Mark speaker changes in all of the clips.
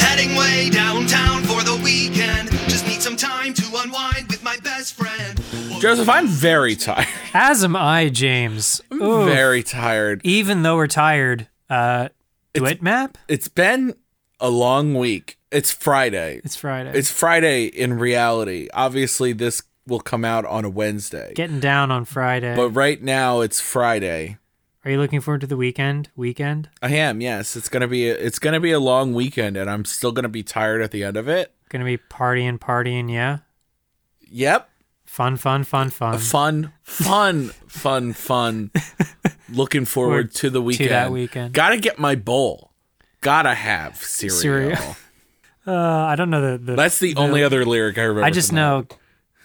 Speaker 1: Heading way downtown for the weekend. Just need some time to unwind with my best friend.
Speaker 2: Joseph, I'm very tired.
Speaker 3: As am I, James. Ooh,
Speaker 2: Mm. Very tired.
Speaker 3: even though we're tired, uh do
Speaker 2: It's-
Speaker 3: it map?
Speaker 2: It's been a long week. It's Friday.
Speaker 3: It's Friday.
Speaker 2: It's Friday in reality. Obviously, this will come out on a Wednesday.
Speaker 3: getting down on Friday.
Speaker 2: but right now, it's Friday.
Speaker 3: Are you looking forward to the weekend? Weekend?
Speaker 2: I am. Yes, it's gonna be. A, it's gonna be a long weekend, and I'm still gonna be tired at the end of it.
Speaker 3: Gonna be partying, partying, yeah.
Speaker 2: Yep.
Speaker 3: Fun, fun, fun, fun.
Speaker 2: Fun, fun, fun, fun. Looking forward to the weekend.
Speaker 3: that weekend.
Speaker 2: Gotta get my bowl. Gotta have cereal.
Speaker 3: Cereal. Uh, I don't know the. the
Speaker 2: That's the only other lyric I remember.
Speaker 3: I just
Speaker 2: from that.
Speaker 3: know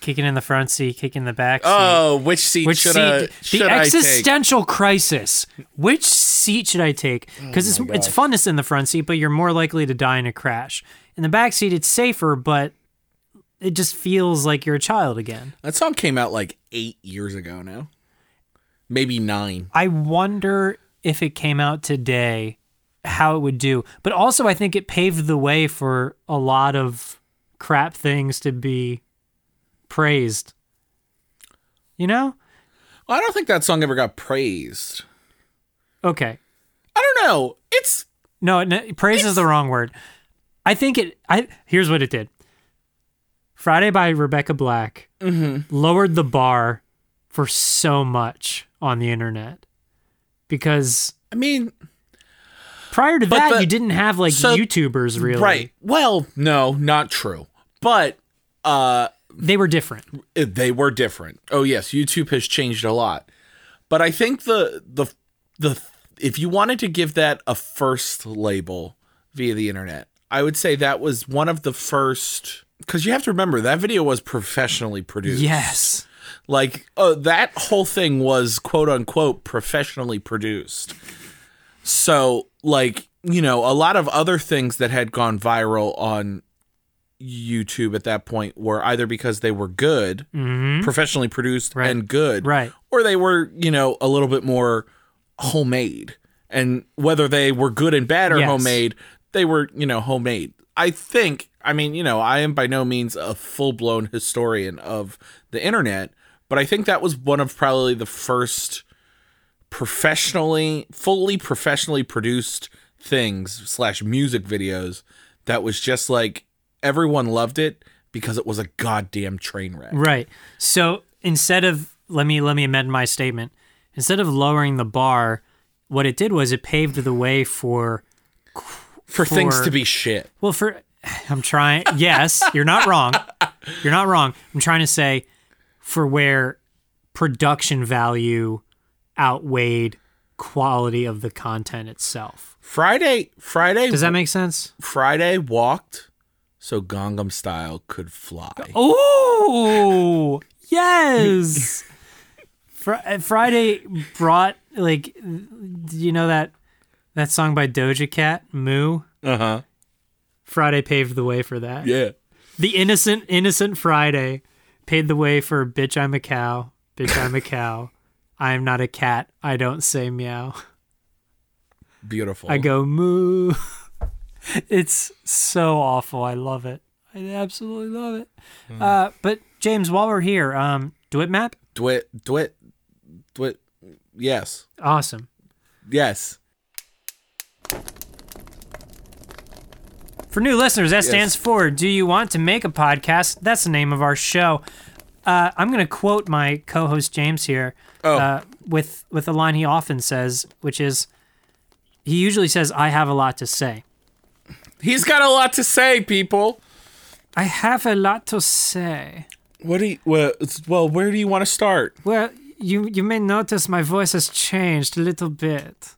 Speaker 3: kicking in the front seat, kicking in the back seat.
Speaker 2: Oh, which seat
Speaker 3: which
Speaker 2: should
Speaker 3: seat?
Speaker 2: I? Should
Speaker 3: the
Speaker 2: I take?
Speaker 3: existential crisis. Which seat should I take?
Speaker 2: Oh
Speaker 3: Because it's it's funnest in the front seat, but you're more likely to die in a crash. In the back seat, it's safer, but it just feels like you're a child again.
Speaker 2: That song came out like eight years ago now. Maybe nine.
Speaker 3: I wonder if it came out today, how it would do. But also, I think it paved the way for a lot of crap things to be praised. You know?
Speaker 2: I don't think that song ever got praised.
Speaker 3: Okay.
Speaker 2: I don't know. It's
Speaker 3: No, no praise is the wrong word. I think it. I here's what it did. Friday by Rebecca Black
Speaker 2: Mm-hmm.
Speaker 3: lowered the bar for so much on the internet because
Speaker 2: I mean,
Speaker 3: prior to
Speaker 2: But
Speaker 3: that
Speaker 2: the-
Speaker 3: you didn't have like
Speaker 2: so-
Speaker 3: YouTubers really.
Speaker 2: right. Well, no, not true. But uh
Speaker 3: They were different.
Speaker 2: it- they were different. Oh yes, YouTube has changed a lot. But I think the the the if you wanted to give that a first label via the internet, I would say that was one of the first cuz you have to remember that video was professionally produced.
Speaker 3: Yes.
Speaker 2: like uh, that whole thing was quote unquote professionally produced so like you know a lot of other things that had gone viral on youtube at that point were either because they were good
Speaker 3: hmm
Speaker 2: professionally produced
Speaker 3: Right.
Speaker 2: and good
Speaker 3: Right.
Speaker 2: or they were you know a little bit more homemade and whether they were good and bad or
Speaker 3: Yes.
Speaker 2: homemade they were you know homemade i think i mean you know i am by no means a full-blown historian of the internet but i think that was one of probably the first professionally fully professionally produced things slash music videos that was just like everyone loved it because it was a goddamn train wreck
Speaker 3: Right. So instead of let me let me amend my statement. Instead of lowering the bar, what it did was it paved the way for
Speaker 2: for things
Speaker 3: For-
Speaker 2: to be shit
Speaker 3: well for I'm trying yes, you're not wrong. You're not wrong. I'm trying to say for where production value outweighed quality of the content itself.
Speaker 2: Friday, Friday,
Speaker 3: Does that make sense?
Speaker 2: Friday walked so Gangnam Style could fly.
Speaker 3: Oh, yes. Fr- uh, Friday brought like do you know that that song by Doja Cat, Moo.
Speaker 2: Uh huh.
Speaker 3: Friday paved the way for that.
Speaker 2: Yeah.
Speaker 3: The innocent innocent Friday paved the way for bitch I'm a cow, bitch I'm a cow. I am not a cat. I don't say meow.
Speaker 2: Beautiful.
Speaker 3: I go moo. It's so awful. I love it. I absolutely love it. Uh, but James, while we're here, um, do it map.
Speaker 2: Dwit, Dwit, Dwit. Yes.
Speaker 3: Awesome.
Speaker 2: Yes.
Speaker 3: For new listeners, that stands
Speaker 2: Yes.
Speaker 3: for Do You Want to Make a Podcast? That's the name of our show. Uh, I'm going to quote my co host James here uh, with, with a line he often says, which is he usually says, I have a lot to say.
Speaker 2: He's got a lot to say, people.
Speaker 3: I have a lot to say.
Speaker 2: What do you, well, it's- well, where do you want to start?
Speaker 3: Well, you you may notice my voice has changed a little bit.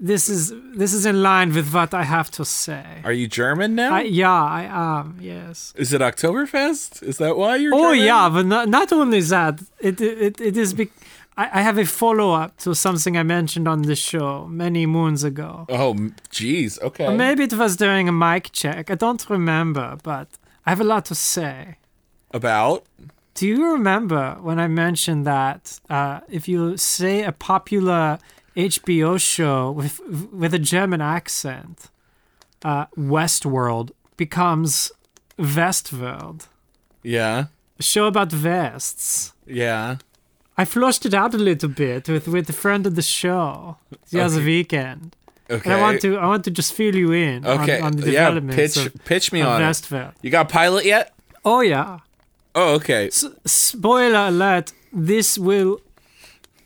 Speaker 3: This is this is in line with what I have to say.
Speaker 2: Are you German now?
Speaker 3: I, yeah, I am. Yes.
Speaker 2: Is it Oktoberfest? Is that why you're
Speaker 3: Oh
Speaker 2: German?
Speaker 3: yeah, but not, not only that, it it, it is. Be- I, I have a follow up to something I mentioned on the show many moons ago.
Speaker 2: Oh, m- geez. Okay.
Speaker 3: Maybe it was during a mic check. I don't remember, but I have a lot to say.
Speaker 2: About?
Speaker 3: Do you remember when I mentioned that uh, if you say a popular HBO show with with a German accent, uh, Westworld becomes Westworld,
Speaker 2: Yeah.
Speaker 3: a show about vests.
Speaker 2: Yeah.
Speaker 3: I flushed it out a little bit with with a friend of the show the other weekend.
Speaker 2: Okay.
Speaker 3: And I want to I want to just fill you in
Speaker 2: Okay.
Speaker 3: on, on the
Speaker 2: yeah.
Speaker 3: developments
Speaker 2: Pitch.
Speaker 3: of,
Speaker 2: pitch me
Speaker 3: of
Speaker 2: on it.
Speaker 3: Westworld.
Speaker 2: You got pilot yet?
Speaker 3: Oh yeah.
Speaker 2: Oh, okay.
Speaker 3: spoiler alert this will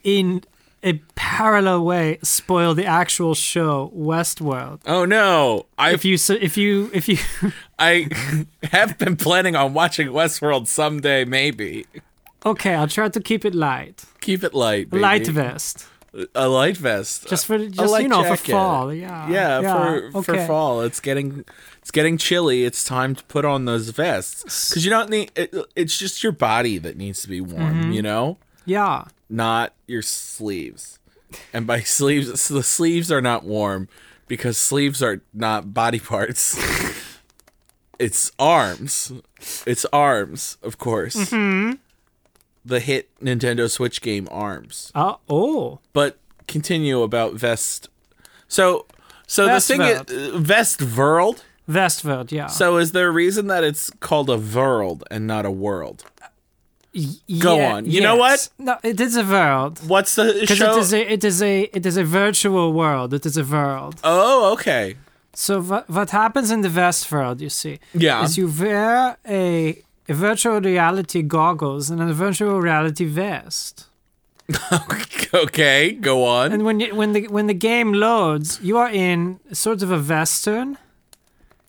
Speaker 3: in a parallel way spoil the actual show westworld
Speaker 2: Oh no. I
Speaker 3: if you so if you if you
Speaker 2: I have been planning on watching Westworld someday, maybe.
Speaker 3: okay i'll try to keep it light
Speaker 2: Keep it light. Baby.
Speaker 3: light vest
Speaker 2: A light vest.
Speaker 3: just for
Speaker 2: a
Speaker 3: just
Speaker 2: light
Speaker 3: you know for
Speaker 2: jacket.
Speaker 3: fall yeah
Speaker 2: Yeah, for
Speaker 3: okay.
Speaker 2: for fall. It's getting it's getting chilly. It's time to put on those vests cuz you don't need it, it's just your body that needs to be warm,
Speaker 3: Mm-hmm.
Speaker 2: you know?
Speaker 3: yeah
Speaker 2: Not your sleeves. And by sleeves, the sleeves are not warm because sleeves are not body parts. it's arms. It's arms, of course.
Speaker 3: Mm-hmm.
Speaker 2: The hit Nintendo Switch game Arms
Speaker 3: uh, oh
Speaker 2: but continue about vest. So, so
Speaker 3: Vest
Speaker 2: the thing is, uh, vest world.
Speaker 3: westworld yeah
Speaker 2: So, is there a reason that it's called a world and not a world? go
Speaker 3: Yeah,
Speaker 2: on. You know what?
Speaker 3: yes. no it is a world
Speaker 2: What's the
Speaker 3: because
Speaker 2: show?
Speaker 3: it is a it is a it is a virtual world it is a world
Speaker 2: oh, okay.
Speaker 3: So what what happens in the Westworld, you see,
Speaker 2: Yeah.
Speaker 3: is you wear a, a virtual reality goggles and a virtual reality vest.
Speaker 2: okay, go on.
Speaker 3: And when you, when the when the game loads, you are in sort of a western.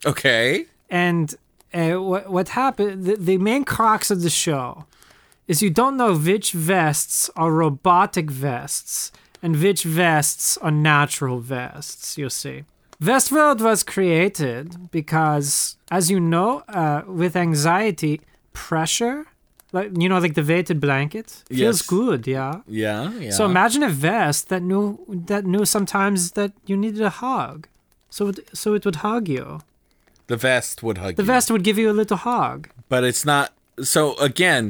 Speaker 2: okay.
Speaker 3: And uh, what what happened? The, the main crux of the show is you don't know which vests are robotic vests and which vests are natural vests. You see, Westworld was created because, as you know, uh, with anxiety, pressure, like you know, like the weighted blanket, feels
Speaker 2: Yes. Uh-huh.
Speaker 3: good. Yeah.
Speaker 2: Yeah. Yeah.
Speaker 3: So imagine a vest that knew that knew sometimes that you needed a hug, so it, so it would hug you.
Speaker 2: the vest would hug
Speaker 3: The
Speaker 2: you,
Speaker 3: vest would give you a little hug.
Speaker 2: but it's not. So again,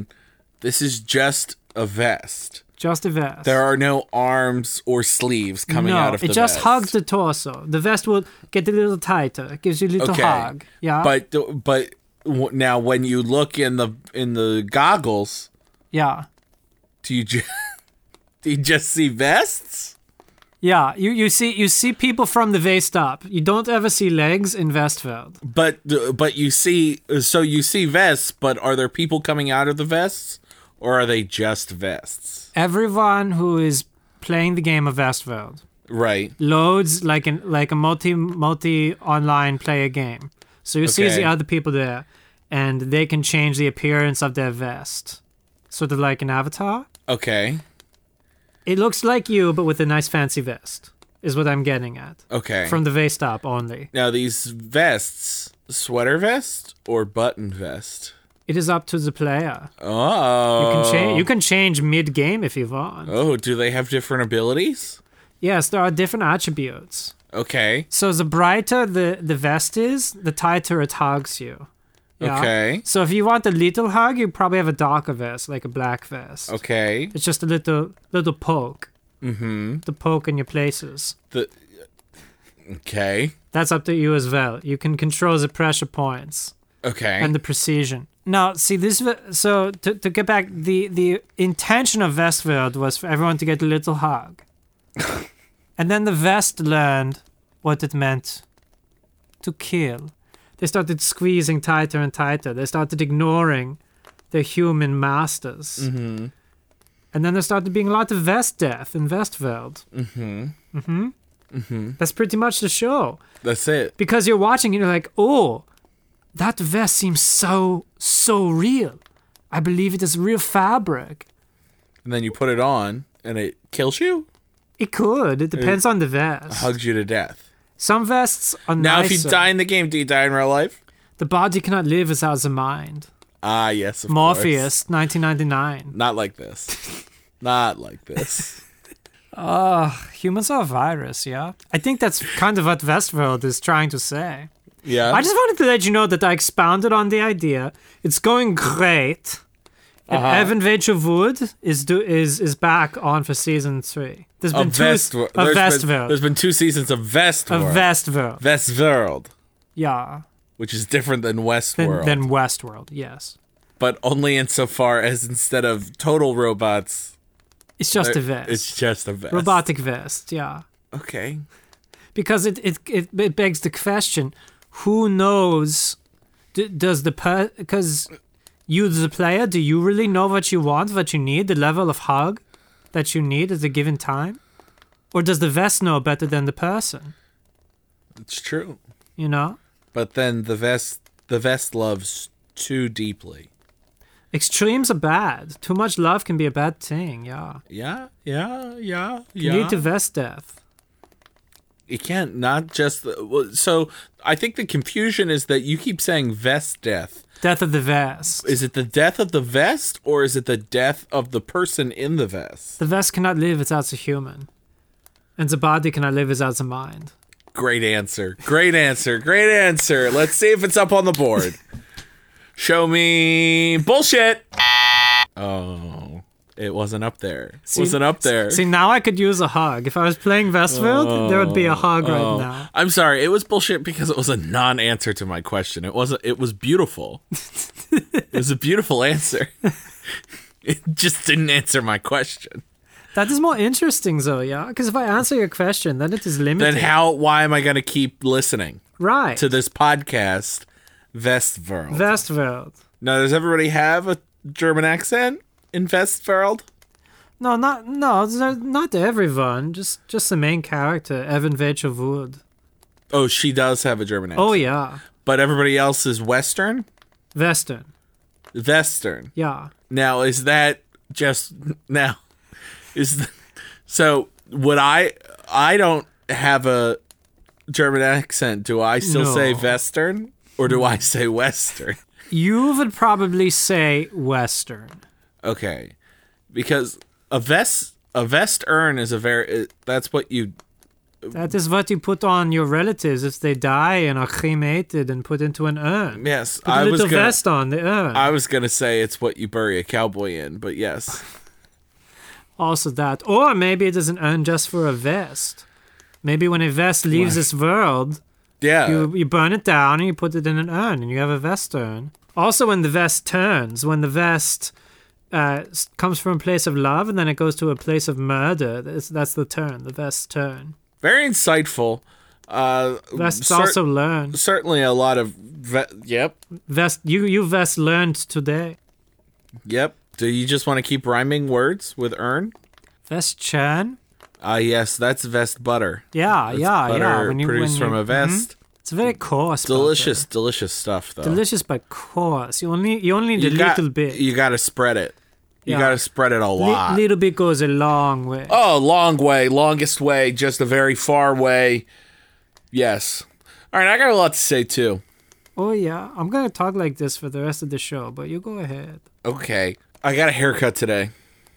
Speaker 2: this is just a vest.
Speaker 3: Just a vest.
Speaker 2: There are no arms or sleeves coming
Speaker 3: no,
Speaker 2: out of the
Speaker 3: it just
Speaker 2: vest.
Speaker 3: hugs the torso. The vest will get a little tighter. It gives you a little hug. Yeah.
Speaker 2: But but w- now when you look in the in the goggles,
Speaker 3: yeah.
Speaker 2: do you just, do you just see vests?
Speaker 3: Yeah. You you see you see people from the waist up. You don't ever see legs in Westworld.
Speaker 2: But but you see so you see vests, but are there people coming out of the vests or are they just vests?
Speaker 3: Everyone who is playing the game of Westworld
Speaker 2: Right.
Speaker 3: loads like an like a multi multi online player game. So you see
Speaker 2: Okay.
Speaker 3: the other people there and they can change the appearance of their vest. Sort of like an avatar.
Speaker 2: Okay.
Speaker 3: It looks like you, but with a nice fancy vest, is what I'm getting at.
Speaker 2: Okay.
Speaker 3: From the vest up only.
Speaker 2: now these vests, sweater vest or button vest?
Speaker 3: It is up to the player. You
Speaker 2: Oh.
Speaker 3: can, cha- you can change mid game if you want.
Speaker 2: Oh, do they have different abilities?
Speaker 3: Yes, there are different attributes.
Speaker 2: Okay.
Speaker 3: So the brighter the, the vest is, the tighter it hugs you. Yeah?
Speaker 2: Okay.
Speaker 3: So if you want a little hug, you probably have a darker vest, like a black vest.
Speaker 2: Okay.
Speaker 3: It's just a little little poke. Mm-hmm. The poke in your places.
Speaker 2: The Okay.
Speaker 3: That's up to you as well. You can control the pressure points.
Speaker 2: Okay.
Speaker 3: and the precision. Now, see this. ve- So to, to get back, the the intention of Westworld was for everyone to get a little hug. And then the vest learned what it meant to kill. They started squeezing tighter and tighter. They started ignoring their human masters. Mm-hmm. And then there started being a lot of vest death in Vestworld. Mm-hmm. Mm-hmm. Mm-hmm. That's pretty much the show
Speaker 2: That's it.
Speaker 3: because you're watching and you're like, oh, that vest seems so, so real. I believe it is real fabric.
Speaker 2: And then you put it on and it kills you,
Speaker 3: It could. It depends on the vest.
Speaker 2: hugs you to death.
Speaker 3: Some vests are
Speaker 2: Now,
Speaker 3: nicer.
Speaker 2: if you die in the game, do you die in real life?
Speaker 3: the body cannot live without the mind.
Speaker 2: Ah, yes. Of course.
Speaker 3: Morpheus, 1999.
Speaker 2: Not like this. Not like this.
Speaker 3: Humans are a virus, yeah? I think that's kind of what Westworld is trying to say.
Speaker 2: Yeah.
Speaker 3: I just wanted to let you know that I expounded on the idea. It's going great. And
Speaker 2: Uh-huh.
Speaker 3: Evan Rachel Wood is do is is back on for season three. There's
Speaker 2: a
Speaker 3: been two
Speaker 2: vest.
Speaker 3: a
Speaker 2: wor- there's been,
Speaker 3: Westworld.
Speaker 2: there's been two seasons of Vest.
Speaker 3: a
Speaker 2: World.
Speaker 3: Westworld.
Speaker 2: Vest World,
Speaker 3: Yeah.
Speaker 2: which is different than Westworld,
Speaker 3: Then, then Westworld, yes.
Speaker 2: but only insofar as instead of total robots,
Speaker 3: It's just a
Speaker 2: they're-
Speaker 3: vest.
Speaker 2: it's just a vest.
Speaker 3: Robotic vest, yeah.
Speaker 2: Okay.
Speaker 3: because it it, it, it begs the question who knows d- does the per because you as a player do you really know what you want what you need the level of hug that you need at a given time or does the vest know better than the person
Speaker 2: It's true.
Speaker 3: you know
Speaker 2: But then the vest, the vest loves too deeply.
Speaker 3: extremes are bad too much love can be a bad thing yeah
Speaker 2: Yeah, yeah, yeah,
Speaker 3: you
Speaker 2: yeah.
Speaker 3: need to vest death
Speaker 2: You can't not just the, well, so. I think the confusion is that you keep saying vest death.
Speaker 3: death of the vest
Speaker 2: Is it the death of the vest or is it the death of the person in the vest?
Speaker 3: the vest cannot live without the human and the body cannot live without the mind
Speaker 2: Great answer. Great answer. Great answer. Let's see if it's up on the board. Show me bullshit. Oh, it wasn't up there. wasn't up there.
Speaker 3: See, now I could use a hug. If I was playing Westworld, there would be a
Speaker 2: Oh,
Speaker 3: hug right now.
Speaker 2: I'm sorry. It was bullshit because it was a non-answer to my question. It wasn't. It was beautiful. it was a beautiful answer. It just didn't answer my question.
Speaker 3: That is more interesting, though, yeah? Because if I answer your question, then it is limited.
Speaker 2: Then how? Why am I going to keep listening
Speaker 3: Right.
Speaker 2: to this podcast, Vestworld?
Speaker 3: Westworld.
Speaker 2: now, does everybody have a German accent in Vestworld?
Speaker 3: No, not no, they're not everyone. Just just the main character, Evan Rachel Wood.
Speaker 2: Oh, she does have a German accent.
Speaker 3: Oh yeah,
Speaker 2: but everybody else is Western.
Speaker 3: Western.
Speaker 2: Western.
Speaker 3: Yeah,
Speaker 2: Now is that just now is th- so would I I don't have a German accent. Do I still
Speaker 3: No.
Speaker 2: say Western or do I say Western?
Speaker 3: you would probably say Western.
Speaker 2: Okay. Because a vest a vest urn is a very it, that's what you
Speaker 3: That is what you put on your relatives if they die and are cremated and put into an urn.
Speaker 2: yes
Speaker 3: Put a
Speaker 2: I was
Speaker 3: little
Speaker 2: gonna
Speaker 3: vest on the urn.
Speaker 2: I was gonna say it's what you bury a cowboy in, but yes.
Speaker 3: also that or maybe it is an urn just for a vest maybe when a vest leaves this world
Speaker 2: Yeah.
Speaker 3: you, you burn it down and you put it in an urn and you have a vest urn also when the vest turns when the vest uh, s- comes from a place of love and then it goes to a place of murder that's, that's the turn the vest turn
Speaker 2: very insightful. Uh
Speaker 3: vests
Speaker 2: cer-
Speaker 3: also learn
Speaker 2: certainly a lot of ve- yep.
Speaker 3: vest you you vest learned today
Speaker 2: Yep. Do you just want to keep rhyming words with earn?
Speaker 3: vest churn
Speaker 2: Ah, yes, that's vest butter.
Speaker 3: yeah
Speaker 2: That's
Speaker 3: yeah
Speaker 2: butter
Speaker 3: yeah when you, Mm-hmm.
Speaker 2: produced
Speaker 3: when
Speaker 2: from
Speaker 3: you-
Speaker 2: a vest.
Speaker 3: it's very coarse butter.
Speaker 2: Delicious, delicious stuff though.
Speaker 3: delicious but coarse you only you only need
Speaker 2: You
Speaker 3: a
Speaker 2: got-
Speaker 3: little bit
Speaker 2: You got to spread it. You
Speaker 3: Yeah.
Speaker 2: got to spread it a
Speaker 3: Li-
Speaker 2: lot.
Speaker 3: little bit goes a long way.
Speaker 2: oh, long way, longest way, just a very far way. Yes. All right, I got a lot to say too.
Speaker 3: Oh yeah, I'm gonna talk like this for the rest of the show, but you go ahead.
Speaker 2: Okay. I got a haircut today.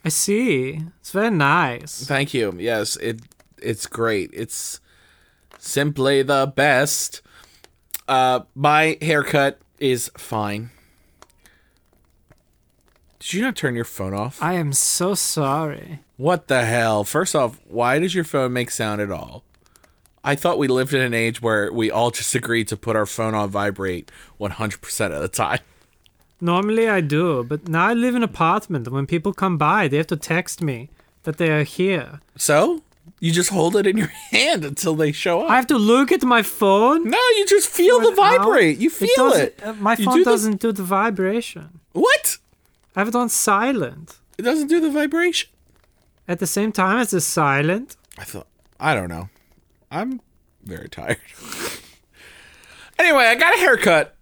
Speaker 3: I see. It's very nice.
Speaker 2: Thank you. Yes, it it's great. It's simply the best. Uh my haircut is fine. Did you not turn your phone off?
Speaker 3: I am so sorry.
Speaker 2: what the hell? First off, why does your phone make sound at all? I thought we lived in an age where we all just agreed to put our phone on vibrate 100% of the time.
Speaker 3: Normally I do, but now I live in an apartment, and when people come by, they have to text me that they are here.
Speaker 2: So, You just hold it in your hand until they show up.
Speaker 3: I have to look at my phone.
Speaker 2: no, you just feel the
Speaker 3: An hour?
Speaker 2: vibrate. You feel it.
Speaker 3: doesn't- uh, my
Speaker 2: You
Speaker 3: phone
Speaker 2: do the-
Speaker 3: doesn't do the vibration.
Speaker 2: What?
Speaker 3: I have it on silent.
Speaker 2: It doesn't do the vibration.
Speaker 3: At the same time as the silent.
Speaker 2: I thought I don't know. I'm very tired. anyway, I got a haircut,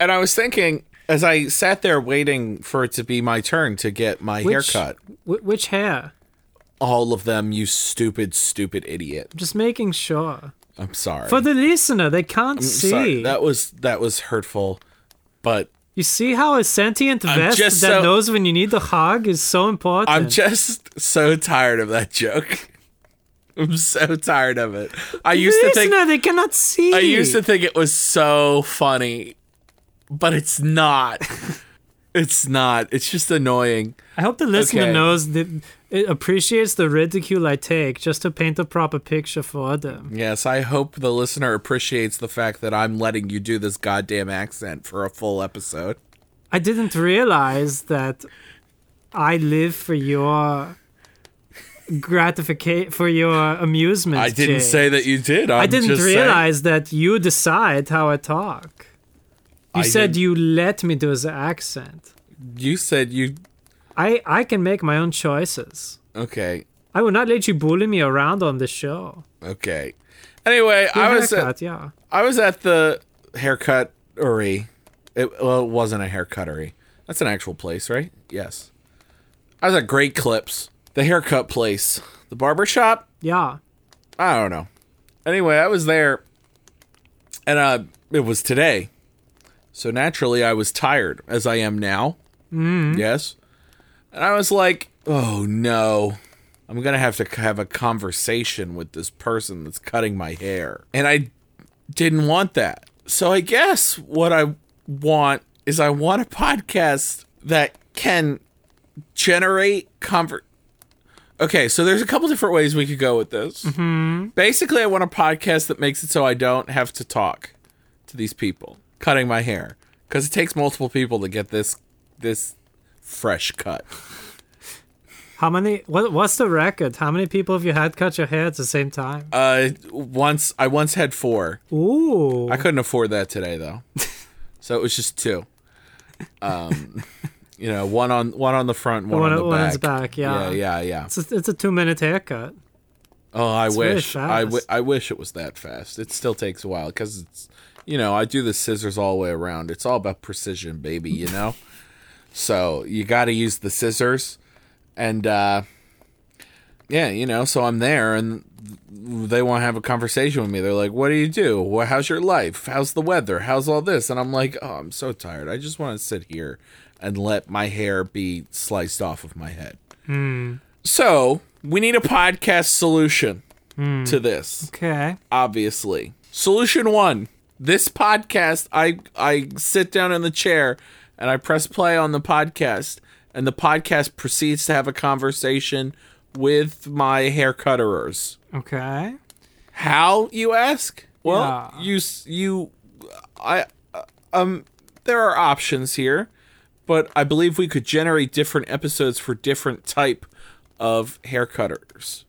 Speaker 2: and I was thinking as I sat there waiting for it to be my turn to get my
Speaker 3: Which-
Speaker 2: haircut.
Speaker 3: Wh- which hair?
Speaker 2: All of them, you stupid, stupid idiot.
Speaker 3: I'm just making sure.
Speaker 2: I'm sorry.
Speaker 3: For the listener, they can't
Speaker 2: I'm
Speaker 3: see.
Speaker 2: Mm, sorry. That was that was hurtful, but
Speaker 3: You see how a sentient vest that
Speaker 2: just so-
Speaker 3: knows when you need the hug is so important.
Speaker 2: I'm just so tired of that joke. I'm so tired of it. I used to think
Speaker 3: listener, they cannot see.
Speaker 2: I used to think it was so funny, but it's not. it's not. It's just annoying.
Speaker 3: I hope the listener
Speaker 2: Okay.
Speaker 3: knows that it appreciates the ridicule I take just to paint a proper picture for them.
Speaker 2: Yes, I hope the listener appreciates the fact that I'm letting you do this goddamn accent for a full episode.
Speaker 3: I didn't realize that I live for your gratification, for your amusement.
Speaker 2: I didn't
Speaker 3: Jay.
Speaker 2: say that you did. I'm
Speaker 3: I didn't
Speaker 2: just saying-
Speaker 3: realize that you decide how I talk. You
Speaker 2: I
Speaker 3: said
Speaker 2: didn't-
Speaker 3: you let me do the accent.
Speaker 2: you said you.
Speaker 3: I I can make my own choices.
Speaker 2: Okay,
Speaker 3: I will not let you bully me around on the show.
Speaker 2: okay. Anyway,
Speaker 3: Your
Speaker 2: I was uh, at,
Speaker 3: haircut, yeah.
Speaker 2: I was at the haircutery. It, well, it wasn't a haircutery. That's an actual place, right? Yes. I was at Great Clips, the haircut place, the barber shop.
Speaker 3: Yeah.
Speaker 2: I don't know. Anyway, I was there, and uh, it was today, so naturally I was tired as I am now. Mm. Yes, and I was like, "Oh no, I'm gonna have to c- have a conversation with this person that's cutting my hair," and I didn't want that. So I guess what I want is I want a podcast that can generate convert. Okay, so there's a couple different ways we could go with this. Basically, I want a podcast that makes it so I don't have to talk to these people cutting my hair because it takes multiple people to get this this fresh cut.
Speaker 3: How many? What, what's the record? How many people have you had cut your hair at the same time?
Speaker 2: Uh, once I once had four.
Speaker 3: Ooh.
Speaker 2: I couldn't afford that today though, so it was just two. Um, you know, one on one on the front, one,
Speaker 3: One
Speaker 2: on the
Speaker 3: on- one's
Speaker 2: back.
Speaker 3: back, yeah.
Speaker 2: yeah, yeah, yeah.
Speaker 3: it's a, it's a two minute haircut.
Speaker 2: Oh, I
Speaker 3: really
Speaker 2: wish. I, w-
Speaker 3: fast.
Speaker 2: I wish it was that fast. It still takes a while because it's, you know, I do the scissors all the way around. It's all about precision, baby, you know? so you got to use the scissors. And, uh, yeah, you know, so I'm there and they want to have a conversation with me. They're like, what do you do? Wha how's your life? How's the weather? How's all this? And I'm like, oh, I'm so tired. I just want to sit here and let my hair be sliced off of my head. So we need a podcast solution to this,
Speaker 3: Okay.
Speaker 2: obviously. Solution one: This podcast, I I sit down in the chair and I press play on the podcast, and the podcast proceeds to have a conversation with my hair cutterers.
Speaker 3: Okay.
Speaker 2: How you ask? Well,
Speaker 3: Yeah.
Speaker 2: you s you I uh, um there are options here, but I believe we could generate different episodes for different type of hair cutters.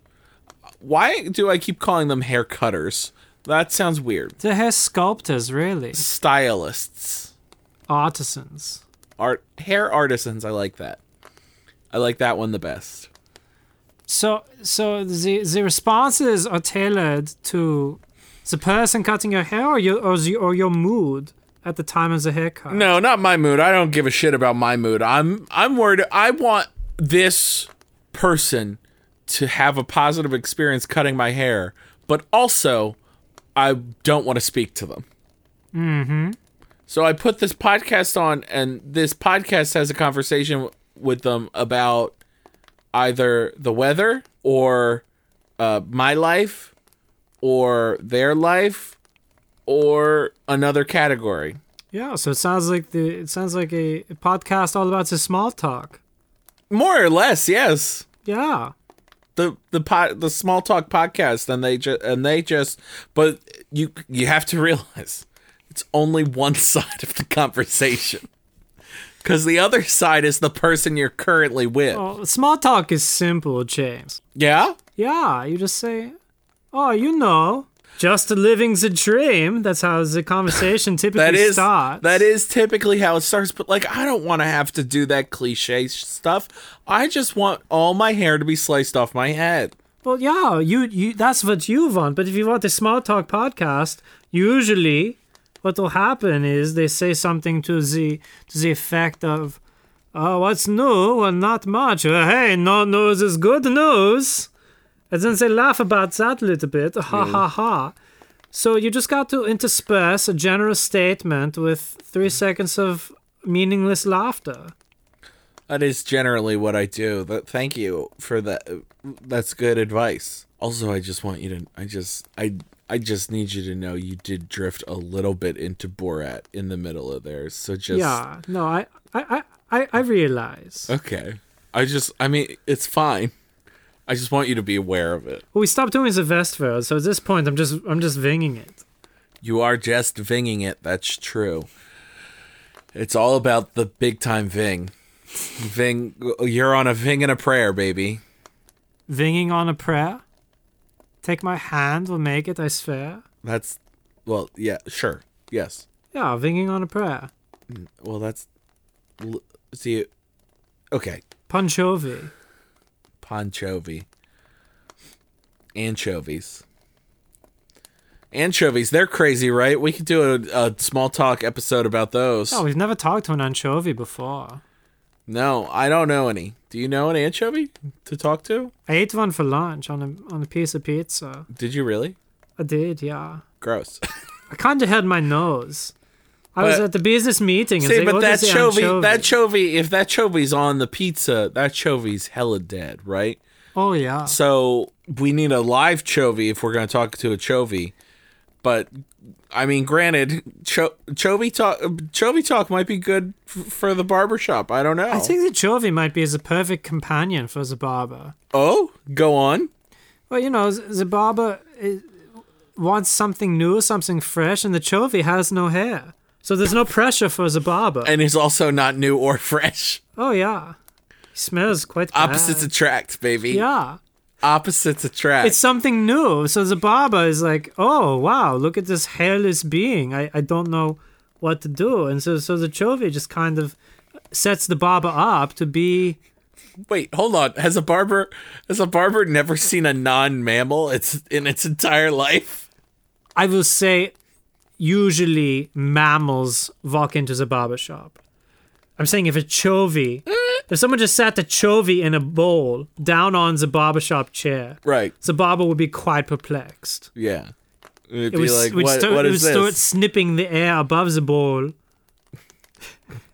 Speaker 2: Why do I keep calling them hair cutters? That sounds weird.
Speaker 3: The hair sculptors, really.
Speaker 2: Stylists,
Speaker 3: Artisans.
Speaker 2: art hair artisans, I like that. I like that one the best.
Speaker 3: So so the the responses are tailored to the person cutting your hair or your or, the, or your mood at the time of the haircut.
Speaker 2: No, not my mood. I don't give a shit about my mood. I'm I'm worried. I want this person to have a positive experience cutting my hair, but also I don't want to speak to them. Mm-hmm. So I put this podcast on, and this podcast has a conversation w- with them about either the weather or uh, my life or their life or another category.
Speaker 3: Yeah. So it sounds like the it sounds like a, a podcast all about the small talk.
Speaker 2: More or less, yes.
Speaker 3: Yeah.
Speaker 2: The the pot the small talk podcast, and they just and they just, but you you have to realize it's only one side of the conversation. Because the other side is the person you're currently with.
Speaker 3: Oh, small talk is simple, James.
Speaker 2: Yeah?
Speaker 3: Yeah, you just say, "Oh, you know, just a living's a dream." That's how the conversation typically
Speaker 2: That is
Speaker 3: starts.
Speaker 2: that is typically how it starts, but like I don't want to have to do that cliche stuff. I just want all my hair to be sliced off my head.
Speaker 3: Well, yeah, you, you that's what you want. But if you want a small talk podcast, usually what will happen is they say something to the to the effect of, "Oh, what's new? Well, not much. Uh, hey, no news is good news." And then they laugh about that a little bit. Ha ha ha. So you just got to intersperse a general statement with three seconds of meaningless laughter.
Speaker 2: That is generally what I do. That thank you for that. That's good advice. Also, I just want you to. I just. I. I just need you to know you did drift a little bit into Borat in the middle of there. So just.
Speaker 3: Yeah. No, I I I I, I realize.
Speaker 2: Okay. I just. I mean, it's fine. I just want you to be aware of it.
Speaker 3: Well, we stopped doing the vest verse, so at this point, I'm just I'm just vinging it.
Speaker 2: You are just vinging it. That's true. It's all about the big time ving. Ving. You're on a ving and a prayer, baby.
Speaker 3: Vinging on a prayer. Take my hand, we'll make it. I swear.
Speaker 2: That's. Well, yeah. Sure. Yes.
Speaker 3: Yeah, vinging on a prayer.
Speaker 2: Well, that's l- see. Okay,
Speaker 3: Panchovi.
Speaker 2: panchovy, anchovies, anchovies. They're crazy, right? We could do a, a small talk episode about those.
Speaker 3: Oh, we've never talked to an anchovy before.
Speaker 2: No, I don't know any. Do you know an anchovy to talk to?
Speaker 3: I ate one for lunch on a on a piece of pizza.
Speaker 2: Did you really?
Speaker 3: I did, yeah.
Speaker 2: Gross.
Speaker 3: I kind of had my nose. I was
Speaker 2: But-
Speaker 3: at the business meeting and
Speaker 2: See,
Speaker 3: they
Speaker 2: but
Speaker 3: ordered
Speaker 2: that
Speaker 3: the
Speaker 2: chovy,
Speaker 3: anchovy.
Speaker 2: that chovy, if that chovy's on the pizza, that chovy's hella dead, right?
Speaker 3: oh yeah.
Speaker 2: So we need a live chovy if we're going to talk to a chovy. But I mean, granted, cho- chovy talk, chovy talk might be good f- for the barbershop. I don't know.
Speaker 3: I think the chovy might be the perfect companion for the barber.
Speaker 2: oh, go on.
Speaker 3: Well, you know, Z- Zababa is, wants something new, something fresh, and the Chovy has no hair. So there's no pressure for Zababa.
Speaker 2: And it's also not new or fresh.
Speaker 3: oh, yeah. He smells quite bad.
Speaker 2: Opposites attract, baby.
Speaker 3: Yeah.
Speaker 2: Opposites attract.
Speaker 3: It's something new. So Zababa is like, oh, wow, look at this hairless being. I, I don't know what to do. And so, so the Chovy just kind of sets the Baba up to be.
Speaker 2: Wait, hold on. Has a barber has a barber never seen a non-mammal it's in its entire life?
Speaker 3: I will say, usually mammals walk into the barber shop. I'm saying if a chovy, if someone just sat the chovy in a bowl down on the barber shop chair,
Speaker 2: Right.
Speaker 3: the barber would be quite perplexed.
Speaker 2: Yeah. It'd
Speaker 3: It
Speaker 2: be
Speaker 3: would,
Speaker 2: like,
Speaker 3: would
Speaker 2: what,
Speaker 3: start,
Speaker 2: what
Speaker 3: it
Speaker 2: is
Speaker 3: would
Speaker 2: this?
Speaker 3: start snipping the air above the bowl,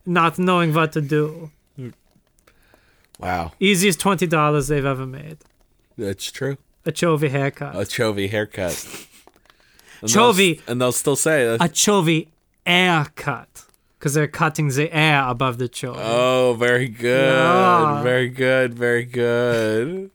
Speaker 3: not knowing what to do.
Speaker 2: wow,
Speaker 3: Easiest twenty dollars they've ever made.
Speaker 2: that's true.
Speaker 3: A chovy haircut.
Speaker 2: a chovy haircut. And
Speaker 3: Chovy.
Speaker 2: they'll- and they'll still say, uh,
Speaker 3: a chovy haircut, because they're cutting the air above the chovy.
Speaker 2: "Oh, very good,
Speaker 3: Yeah.
Speaker 2: very good, very good."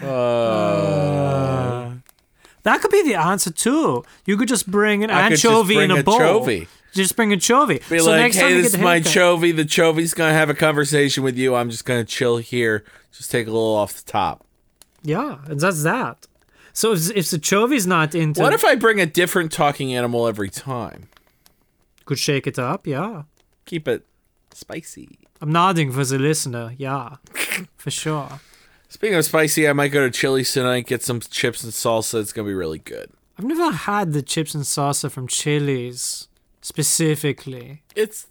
Speaker 3: That could be the answer too. You could just bring an
Speaker 2: I could just
Speaker 3: anchovy
Speaker 2: bring
Speaker 3: in
Speaker 2: a
Speaker 3: a bowl.
Speaker 2: chovy.
Speaker 3: Just bring a chovy.
Speaker 2: Be
Speaker 3: so
Speaker 2: like,
Speaker 3: next time
Speaker 2: "Hey,
Speaker 3: you
Speaker 2: this
Speaker 3: get
Speaker 2: is
Speaker 3: the
Speaker 2: my
Speaker 3: haircut-
Speaker 2: chovy. The chovy's gonna have a conversation with you. I'm just gonna chill here. Just take a little off the top."
Speaker 3: Yeah, and that's that. So if, if the chovy's not into,
Speaker 2: What if I bring a different talking animal every time?
Speaker 3: could shake it up? Yeah,
Speaker 2: Keep it spicy.
Speaker 3: I'm nodding for the listener. Yeah, for sure.
Speaker 2: Speaking of spicy, I might go to Chili's tonight, get some chips and salsa. It's gonna be really good.
Speaker 3: I've never had the chips and salsa from Chili's specifically.
Speaker 2: It's,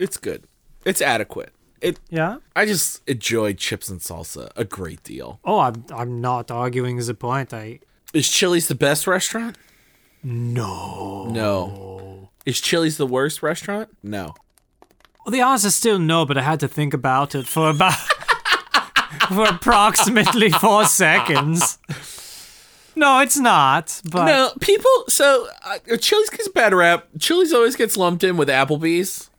Speaker 2: it's good. It's adequate. It
Speaker 3: Yeah.
Speaker 2: I just enjoy chips and salsa a great deal.
Speaker 3: Oh, I'm I'm not arguing the point. I
Speaker 2: Is Chili's the best restaurant? No. No. Is Chili's the worst restaurant? No.
Speaker 3: Well, the answer is still no, but I had to think about it for about for approximately four seconds. No, it's not. But
Speaker 2: No, people. So uh, Chili's gets a bad rap. Chili's always gets lumped in with Applebee's.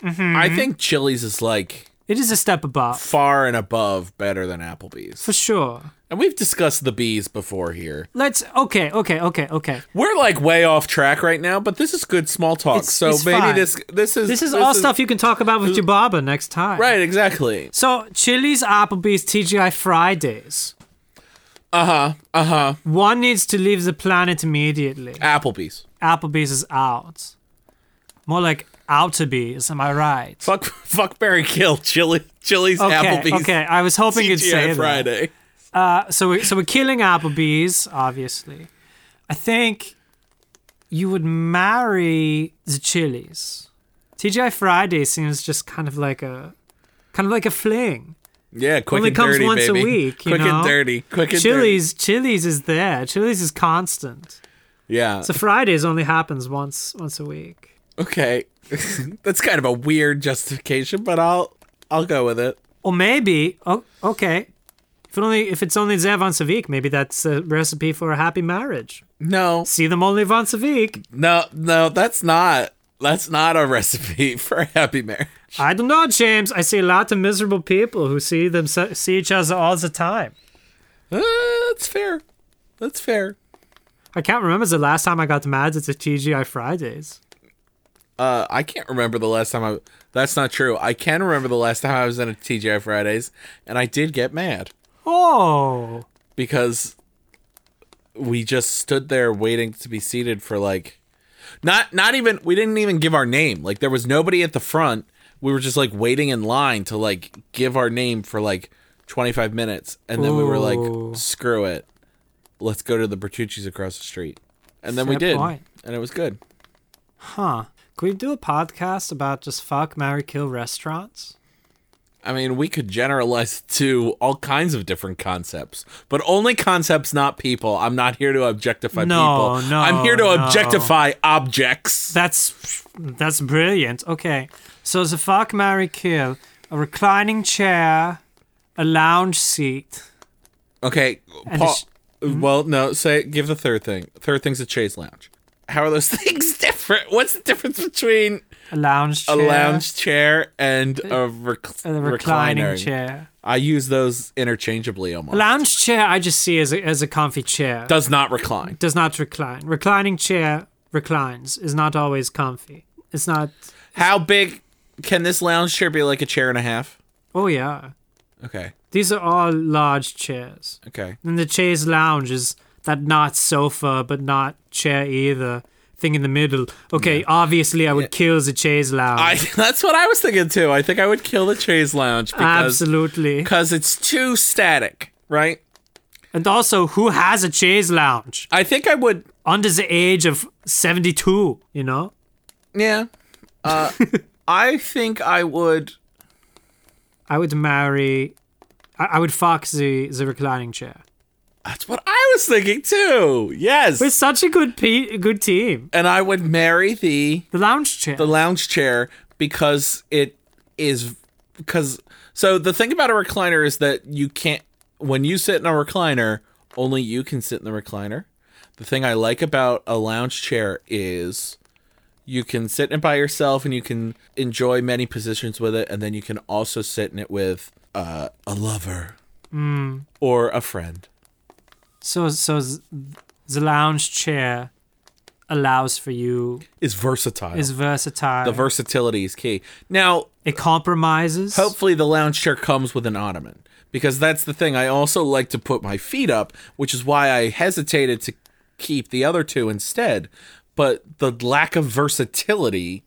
Speaker 3: Mm-hmm.
Speaker 2: I think Chili's is like
Speaker 3: it is a step above
Speaker 2: far and above better than Applebee's.
Speaker 3: for sure.
Speaker 2: And we've discussed the bees before here.
Speaker 3: Let's okay, okay, okay, okay.
Speaker 2: We're like way off track right now, but this is good small talk.
Speaker 3: It's-
Speaker 2: so
Speaker 3: it's
Speaker 2: maybe
Speaker 3: fine.
Speaker 2: this this is
Speaker 3: This is all stuff you can talk about with your barber next time.
Speaker 2: Right, exactly.
Speaker 3: So Chili's, Applebee's, TGI Fridays. Uh huh. Uh huh. One needs to leave the planet immediately.
Speaker 2: Applebee's.
Speaker 3: Applebee's is out. More like out to bees. Am I right?
Speaker 2: Fuck fuck Barry Kill, Chili Chili's
Speaker 3: okay.
Speaker 2: Applebee's.
Speaker 3: Okay. I was hoping you'd say
Speaker 2: TGI
Speaker 3: that.
Speaker 2: Friday.
Speaker 3: so we so we're killing Applebee's, obviously. I think you would marry the Chili's. TGI Friday seems just kind of like a kind of like a fling.
Speaker 2: Yeah, quick
Speaker 3: Only
Speaker 2: and
Speaker 3: comes
Speaker 2: dirty,
Speaker 3: once a
Speaker 2: baby.
Speaker 3: week, you
Speaker 2: quick
Speaker 3: know?
Speaker 2: and dirty. Quick and
Speaker 3: Chili's Chili's is there. Chili's is constant.
Speaker 2: dirty. Yeah.
Speaker 3: So Fridays only happens once once a week.
Speaker 2: okay. That's kind of a weird justification, but I'll I'll go with it.
Speaker 3: Or maybe oh okay. If it only if it's only there once a week, maybe that's a recipe for a happy marriage.
Speaker 2: No.
Speaker 3: See them only once a week.
Speaker 2: No, no, that's not that's not a recipe for a happy marriage.
Speaker 3: I don't know, James. I see a lot of miserable people who see them see each other all the time.
Speaker 2: Uh, that's fair. That's fair.
Speaker 3: I can't remember the last time I got mad at the TGI Fridays.
Speaker 2: Uh, I can't remember the last time I. That's not true. I can remember the last time I was in a TGI Fridays, and I did get mad
Speaker 3: Oh,
Speaker 2: because we just stood there waiting to be seated for like, not not even we didn't even give our name. Like there was nobody at the front. We were just like waiting in line to like give our name for like twenty five minutes, and then we were
Speaker 3: Ooh.
Speaker 2: like, screw it, let's go to the Bertucci's across the street, and then we
Speaker 3: Fair
Speaker 2: did,
Speaker 3: point.
Speaker 2: and it was good.
Speaker 3: huh? Could we do a podcast about just fuck, marry, kill restaurants?
Speaker 2: I mean, we could generalize to all kinds of different concepts, but only concepts, not people. I'm not here to objectify
Speaker 3: No,
Speaker 2: people.
Speaker 3: no,
Speaker 2: I'm here to
Speaker 3: no.
Speaker 2: objectify objects.
Speaker 3: That's that's brilliant. Okay, so the fuck, marry, kill: a reclining chair, a lounge seat.
Speaker 2: Okay,
Speaker 3: And
Speaker 2: Paul. uh,
Speaker 3: it's-
Speaker 2: Well, no, say give the third thing. Third thing's a chaise lounge. How are those things different? What's the difference between
Speaker 3: A lounge chair. Uh,
Speaker 2: a lounge chair and a, rec-
Speaker 3: A reclining
Speaker 2: recliner?
Speaker 3: chair.
Speaker 2: I use those interchangeably
Speaker 3: A
Speaker 2: almost.
Speaker 3: lounge chair, I just see as a, as a comfy chair.
Speaker 2: Does not recline.
Speaker 3: does not recline. Reclining chair reclines is not always comfy. It's not.
Speaker 2: How big can this lounge chair be? Like a chair and a half?
Speaker 3: Oh yeah,
Speaker 2: Okay.
Speaker 3: these are all large chairs.
Speaker 2: Okay.
Speaker 3: And the chaise lounge is that not sofa but not chair either thing in the middle. Okay, obviously I would kill the chaise lounge.
Speaker 2: I that's what I was thinking too. I think I would kill the Chase Lounge because
Speaker 3: Absolutely.
Speaker 2: because it's too static, right?
Speaker 3: And also, who has a chaise lounge
Speaker 2: I think I would.
Speaker 3: under the age of seventy-two? You know.
Speaker 2: Yeah. Uh, I think I would.
Speaker 3: I would marry. I, I would fuck the, the reclining chair.
Speaker 2: That's what I was thinking too. Yes.
Speaker 3: We're such a good pe- good team.
Speaker 2: and I would marry the
Speaker 3: The lounge chair.
Speaker 2: the lounge chair because it is because so the thing about a recliner is that you can't when you sit in a recliner only you can sit in the recliner the thing i like about a lounge chair is you can sit in it by yourself and you can enjoy many positions with it and then you can also sit in it with uh, a lover or a friend
Speaker 3: so so s- the lounge chair allows for you
Speaker 2: is versatile
Speaker 3: is versatile.
Speaker 2: the versatility is key now
Speaker 3: it compromises.
Speaker 2: Hopefully, the lounge chair comes with an ottoman because that's the thing. I also like to put my feet up, which is why I hesitated to keep the other two instead. But the lack of versatility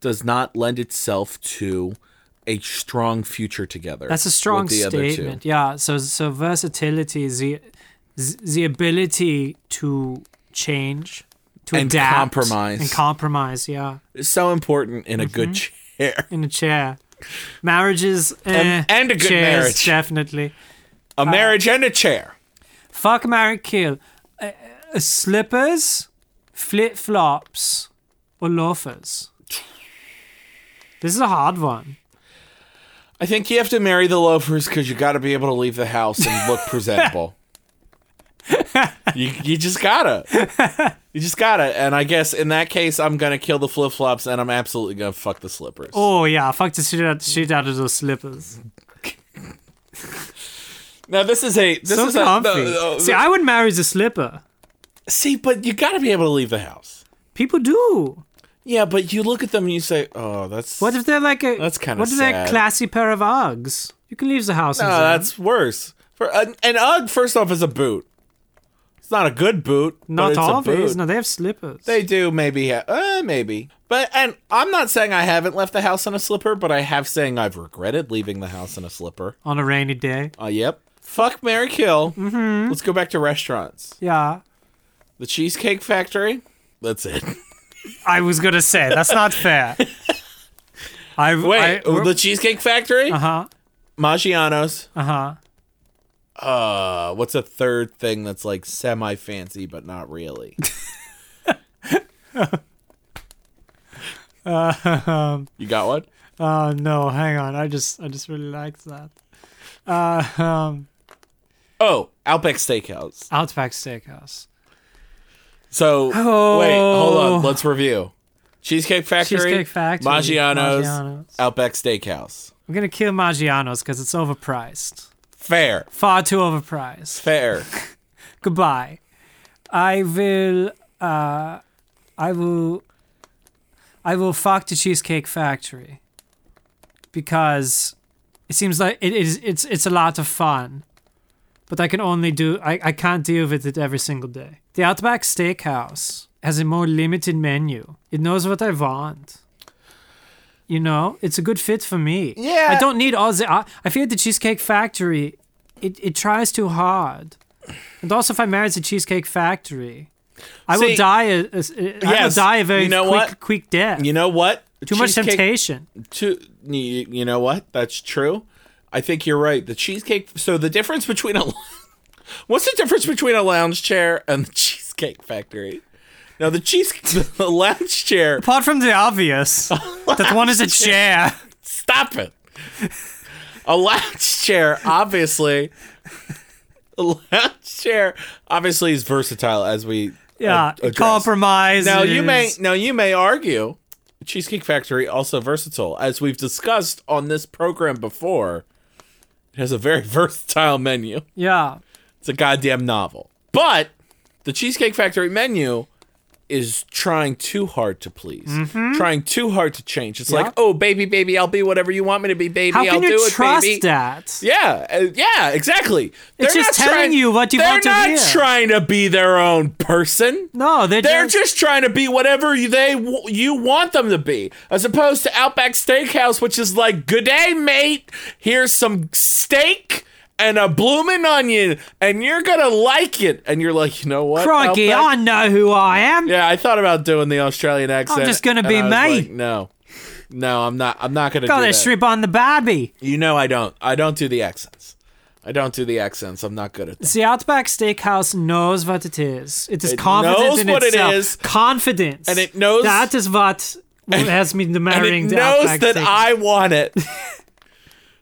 Speaker 2: does not lend itself to a strong future together.
Speaker 3: That's a strong
Speaker 2: with the other two.
Speaker 3: statement. Yeah. So so versatility is the is the ability to change, to
Speaker 2: And
Speaker 3: adapt,
Speaker 2: compromise.
Speaker 3: and compromise. Yeah,
Speaker 2: It's so important in a good chair.
Speaker 3: in a chair. Marriages eh,
Speaker 2: and a good
Speaker 3: chairs,
Speaker 2: marriage.
Speaker 3: definitely.
Speaker 2: A marriage and a chair.
Speaker 3: Fuck, marry, kill. Uh, uh, slippers, flip flops, or loafers. This is a hard one.
Speaker 2: I think you have to marry the loafers because you got to be able to leave the house and look presentable. you, you just gotta. You just gotta. And I guess in that case, I'm gonna kill the flip flops and I'm absolutely gonna fuck the slippers.
Speaker 3: Oh yeah, fuck the shit out, shit out of those slippers.
Speaker 2: Now this is a this
Speaker 3: so
Speaker 2: is a, the-
Speaker 3: comfy.
Speaker 2: the-
Speaker 3: See, I would marry the slipper.
Speaker 2: see, but you got to be able to leave the house.
Speaker 3: People do.
Speaker 2: Yeah, but you look at them and you say, "Oh, that's
Speaker 3: What if they're like a?
Speaker 2: That's kinda
Speaker 3: What if they're
Speaker 2: sad.
Speaker 3: a classy pair of Uggs? You can leave the house.
Speaker 2: No,
Speaker 3: in them.
Speaker 2: ah, that's worse. For an, an UGG, first off, is a boot. It's not a good boot. but
Speaker 3: not
Speaker 2: it's a
Speaker 3: always.
Speaker 2: boot.
Speaker 3: No, they have slippers.
Speaker 2: They do maybe, ha- uh, maybe. But and I'm not saying I haven't left the house in a slipper, but I have saying I've regretted leaving the house in a slipper.
Speaker 3: on a rainy day.
Speaker 2: Uh, yep. Fuck Mary Kill. Mm-hmm. Let's go back to restaurants.
Speaker 3: Yeah.
Speaker 2: The Cheesecake Factory. That's it.
Speaker 3: I was gonna say that's not fair. I
Speaker 2: Wait,
Speaker 3: I,
Speaker 2: the Cheesecake Factory,
Speaker 3: uh huh.
Speaker 2: Maggiano's.
Speaker 3: Uh huh.
Speaker 2: Uh, what's a third thing that's like semi fancy but not really? you got one?
Speaker 3: Uh, no, hang on. I just, I just really liked that. Uh, um,
Speaker 2: Oh, Outback Steakhouse.
Speaker 3: Outback Steakhouse,
Speaker 2: So wait, hold on. Let's review. Cheesecake Factory,
Speaker 3: Oh. Cheesecake Factory,
Speaker 2: Maggiano's,
Speaker 3: Maggiano's.
Speaker 2: Outback Steakhouse.
Speaker 3: I'm gonna kill Maggiano's because it's overpriced.
Speaker 2: Fair,
Speaker 3: Far too overpriced.
Speaker 2: fair.
Speaker 3: Goodbye. I will. Uh, I will. I will fuck the Cheesecake Factory because it seems like it is. It's it's a lot of fun, but I can only do. I I can't deal with it every single day. The Outback Steakhouse has a more limited menu. It knows what I want. You know, it's a good fit for me.
Speaker 2: Yeah.
Speaker 3: I don't need all the. I, I feel the Cheesecake Factory. It it tries too hard. And also, if I marry the Cheesecake Factory, I
Speaker 2: See-
Speaker 3: will die. A, a, a- I will
Speaker 2: Yes,
Speaker 3: die a very
Speaker 2: you know
Speaker 3: quick,
Speaker 2: what?
Speaker 3: quick death.
Speaker 2: You know what?
Speaker 3: Too much
Speaker 2: Cheesecake-
Speaker 3: temptation.
Speaker 2: Too, you, you know what? That's true. I think you're right. The cheesecake. So the difference between a what's the difference between a lounge chair and the Cheesecake Factory? Now the cheese the lounge chair.
Speaker 3: Apart from the obvious, that one is a chair.
Speaker 2: Stop it. A lounge chair, obviously. A lounge chair, obviously, is versatile as we
Speaker 3: Yeah,
Speaker 2: a- address.
Speaker 3: compromise.
Speaker 2: Now you may
Speaker 3: is-
Speaker 2: now you may argue Cheesecake Factory also versatile, as we've discussed on this program before. It has a very versatile menu.
Speaker 3: Yeah,
Speaker 2: It's a goddamn novel. But the Cheesecake Factory menu is trying too hard to please,
Speaker 3: Mm-hmm.
Speaker 2: trying too hard to change. It's like,
Speaker 3: Yep.
Speaker 2: oh, baby, baby, I'll be whatever you want me to be, baby.
Speaker 3: how
Speaker 2: I'll
Speaker 3: can
Speaker 2: do
Speaker 3: you
Speaker 2: it,
Speaker 3: trust
Speaker 2: baby.
Speaker 3: that?
Speaker 2: Yeah, uh, yeah, exactly.
Speaker 3: It's
Speaker 2: They're
Speaker 3: just
Speaker 2: not
Speaker 3: telling you what you
Speaker 2: they're
Speaker 3: want to
Speaker 2: not
Speaker 3: hear.
Speaker 2: trying to be their own person.
Speaker 3: No, they're,
Speaker 2: They're
Speaker 3: just,
Speaker 2: just trying to be whatever you, they w- you want them to be, as opposed to Outback Steakhouse, which is like, "Good day, mate. Here's some steak and a bloomin' onion, and you're gonna like it." And you're like, "You know what?
Speaker 3: crikey. I
Speaker 2: Outback?"
Speaker 3: know who I am.
Speaker 2: Yeah, I thought about doing the Australian accent.
Speaker 3: just gonna
Speaker 2: and
Speaker 3: be
Speaker 2: I was
Speaker 3: me.
Speaker 2: like, no, no, I'm not. I'm not gonna
Speaker 3: Got
Speaker 2: do that.
Speaker 3: that strip on the Barbie.
Speaker 2: You know, I don't. I don't do the accents. I don't do the accents. I'm not good at that.
Speaker 3: The Outback Steakhouse knows what it is. It is
Speaker 2: It
Speaker 3: confident
Speaker 2: knows
Speaker 3: in
Speaker 2: what it
Speaker 3: itself.
Speaker 2: is.
Speaker 3: Confidence.
Speaker 2: And it knows-
Speaker 3: that is what has me to
Speaker 2: And
Speaker 3: marrying
Speaker 2: it
Speaker 3: the
Speaker 2: knows
Speaker 3: Outback
Speaker 2: that
Speaker 3: Steakhouse.
Speaker 2: I want it.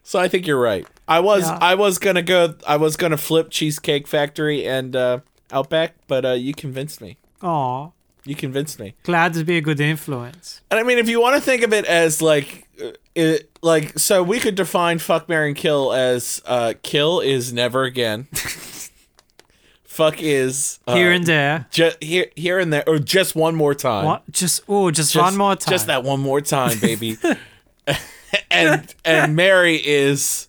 Speaker 2: so I think you're right. I was
Speaker 3: Yeah.
Speaker 2: I was gonna go. I was gonna flip Cheesecake Factory and uh, Outback, but uh, you convinced me.
Speaker 3: Aw,
Speaker 2: You convinced me.
Speaker 3: glad to be a good influence.
Speaker 2: And I mean, if you want to think of it as like, uh, it, like, so we could define fuck, marry, and kill as uh, kill is never again. fuck is uh,
Speaker 3: Here and there.
Speaker 2: ju- here here and there, or just one more time.
Speaker 3: What? Just oh, just, one
Speaker 2: Just-
Speaker 3: more time.
Speaker 2: Just that one more time, baby. and and Mary is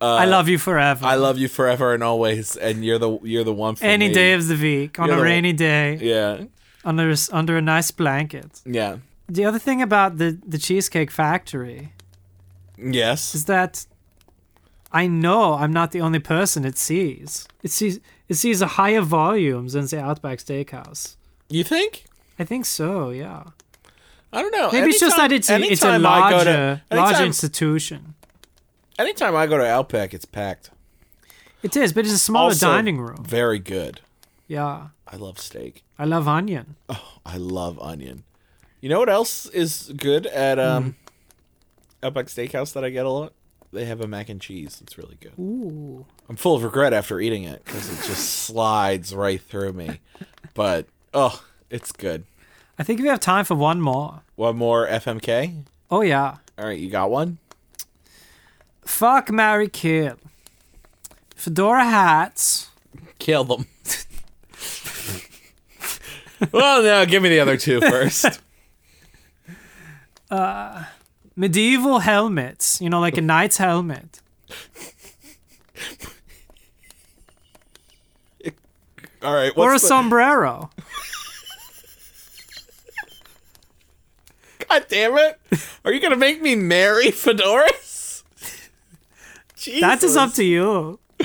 Speaker 3: I love you forever.
Speaker 2: I love you forever and always, and you're the you're the one for
Speaker 3: any
Speaker 2: me.
Speaker 3: day of the week on
Speaker 2: You're
Speaker 3: a
Speaker 2: the-
Speaker 3: rainy day
Speaker 2: Yeah,
Speaker 3: under a s- under a nice blanket.
Speaker 2: yeah,
Speaker 3: The other thing about the the Cheesecake Factory
Speaker 2: yes.
Speaker 3: is that I know I'm not the only person it sees. It sees it sees a higher volume than the Outback Steakhouse.
Speaker 2: You think?
Speaker 3: I think so. Yeah.
Speaker 2: I don't know.
Speaker 3: Maybe it's just that
Speaker 2: Anytime-
Speaker 3: it's a, it's a
Speaker 2: anytime I go
Speaker 3: larger
Speaker 2: to-
Speaker 3: larger
Speaker 2: anytime-
Speaker 3: institution.
Speaker 2: Anytime I go to Outback, it's packed.
Speaker 3: It is, but it's a smaller
Speaker 2: Also,
Speaker 3: Oh, dining room.
Speaker 2: Very good.
Speaker 3: Yeah.
Speaker 2: I love steak.
Speaker 3: I love onion.
Speaker 2: I love onion. You know what else is good at um Outback Steakhouse that I get a lot? They have a mac and cheese. It's really good.
Speaker 3: Ooh.
Speaker 2: I'm full of regret after eating it because it just slides right through me. But oh, it's good.
Speaker 3: I think we have time for one more.
Speaker 2: One more FMK.
Speaker 3: Oh yeah.
Speaker 2: All right, you got one.
Speaker 3: Fuck Mary Kill. Fedora hats.
Speaker 2: Kill them. well, no, give me the other two first.
Speaker 3: medieval helmets, you know, like a knight's helmet.
Speaker 2: All right.
Speaker 3: or a
Speaker 2: What's the-
Speaker 3: sombrero.
Speaker 2: God damn it! Are you gonna make me marry Fedoras? Jesus.
Speaker 3: That is up to you.
Speaker 2: Uh,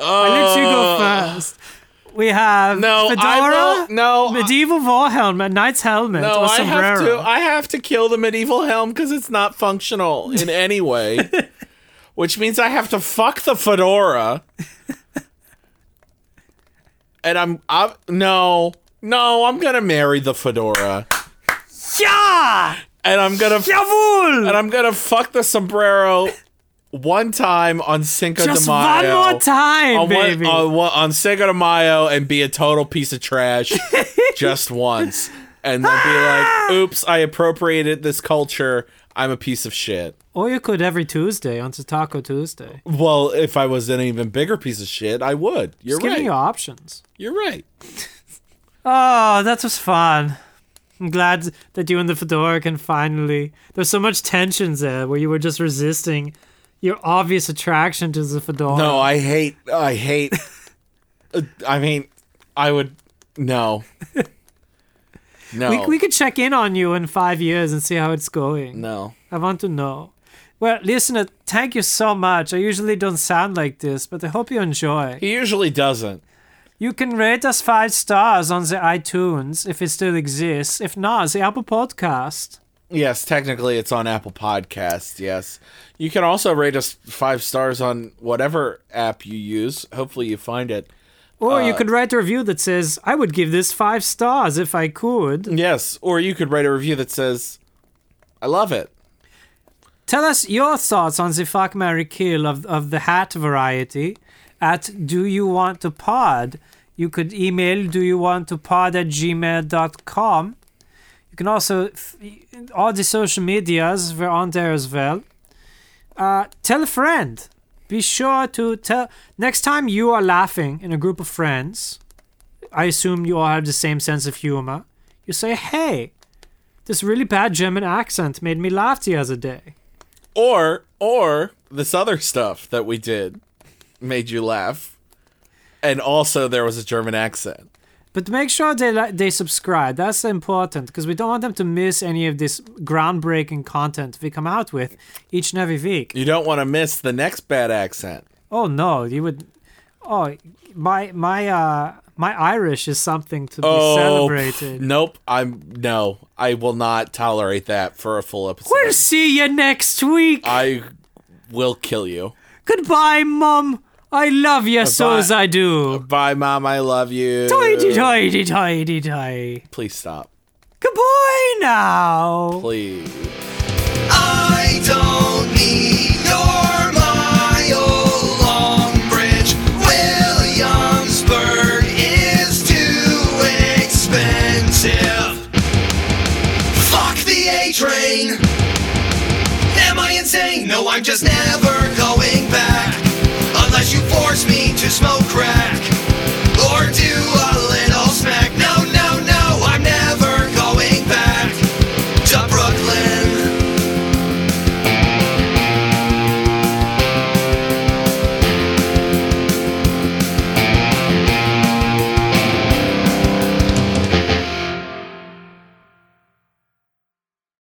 Speaker 3: I let you go first. We have
Speaker 2: No, I
Speaker 3: fedora,
Speaker 2: will- no, I-
Speaker 3: medieval war helmet, knight's helmet,
Speaker 2: No,
Speaker 3: or
Speaker 2: I have to.
Speaker 3: sombrero.
Speaker 2: I have to kill the medieval helm because it's not functional in any way. Which means I have to fuck the fedora. And I'm. I'm no, no. I'm gonna marry the fedora,
Speaker 3: yeah,
Speaker 2: and I'm gonna.
Speaker 3: jawohl!
Speaker 2: And I'm gonna fuck the sombrero one time on Cinco
Speaker 3: Just
Speaker 2: de Mayo.
Speaker 3: one more time,
Speaker 2: on, one-
Speaker 3: baby.
Speaker 2: on one- on Cinco de Mayo and be a total piece of trash just once, and then be like, "Oops, I appropriated this culture. I'm a piece of shit."
Speaker 3: or you could every Tuesday on Taco Tuesday.
Speaker 2: Well, if I was an even bigger piece of shit, I would. You're
Speaker 3: Just giving you
Speaker 2: right.
Speaker 3: options.
Speaker 2: You're right.
Speaker 3: Oh, that was fun. I'm glad that you and the fedora can finally. There's so much tensions there where you were just resisting your obvious attraction to the fedora.
Speaker 2: No, I hate. I hate. uh, I mean, I would. No. No.
Speaker 3: We, we could check in on you in five years and see how it's going.
Speaker 2: oh. no.
Speaker 3: I want to know. Well, listener, thank you so much. I usually don't sound like this, but I hope you enjoy.
Speaker 2: He usually doesn't.
Speaker 3: You can rate us five stars on the iTunes if it still exists. If not, the Apple Podcast.
Speaker 2: Yes, technically it's on Apple Podcasts. Yes. You can also rate us five stars on whatever app you use. Hopefully you find it.
Speaker 3: Or
Speaker 2: Uh.
Speaker 3: you could write a review that says, I would give this five stars if I could.
Speaker 2: Yes. Or you could write a review that says, I love it.
Speaker 3: Tell us your thoughts on the fuck Mary Kill of, of the hat variety at do you want to pod. You could email do you want to pod at gmail.com. You can also, f- all the social medias, we're on there as well. Uh, tell a friend. Be sure to tell. Next time you are laughing in a group of friends, I assume you all have the same sense of humor. You say, hey, this really bad German accent made me laugh the other day.
Speaker 2: Or or this other stuff that we did made you laugh. And also there was a German accent.
Speaker 3: But make sure they li- they subscribe. That's important because we don't want them to miss any of this groundbreaking content we come out with each and every week.
Speaker 2: You don't want to miss the next bad accent.
Speaker 3: Oh no, you would. Oh, my my uh my Irish is something to be
Speaker 2: pff,
Speaker 3: celebrated.
Speaker 2: Oh, Nope. I'm no. I will not tolerate that for a full episode.
Speaker 3: We'll see you next week.
Speaker 2: I will kill you.
Speaker 3: Goodbye, mum. I love you so
Speaker 2: Goodbye.
Speaker 3: as I do.
Speaker 2: Bye, mom. I love you.
Speaker 3: Tidy, tidy, tidy, tidy.
Speaker 2: Please stop.
Speaker 3: Goodbye now.
Speaker 2: Please.
Speaker 1: I don't need your mile-long bridge. Williamsburg is too expensive. Fuck the A train. Am I insane? No, I'm just never going back. Unless you force me to smoke